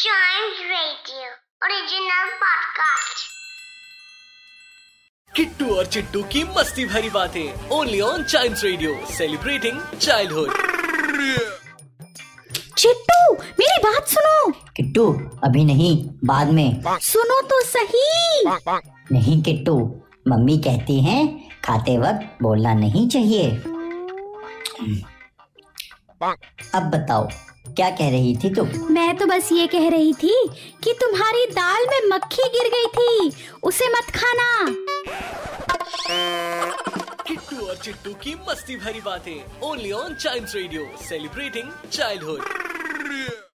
Giant Radio, original podcast. Kittu और चिट्टू की मस्ती भरी बातें only on child radio celebrating childhood Chittu मेरी बात सुनो किट्टू अभी नहीं बाद में सुनो तो सही नहीं किट्टू मम्मी कहती हैं खाते वक्त बोलना नहीं चाहिए अब बताओ क्या कह रही थी तुम मैं तो बस ये कह रही थी कि तुम्हारी दाल में मक्खी गिर गई थी उसे मत खाना किट्टू और चिट्टू की मस्ती भरी बातें only on child radio celebrating childhood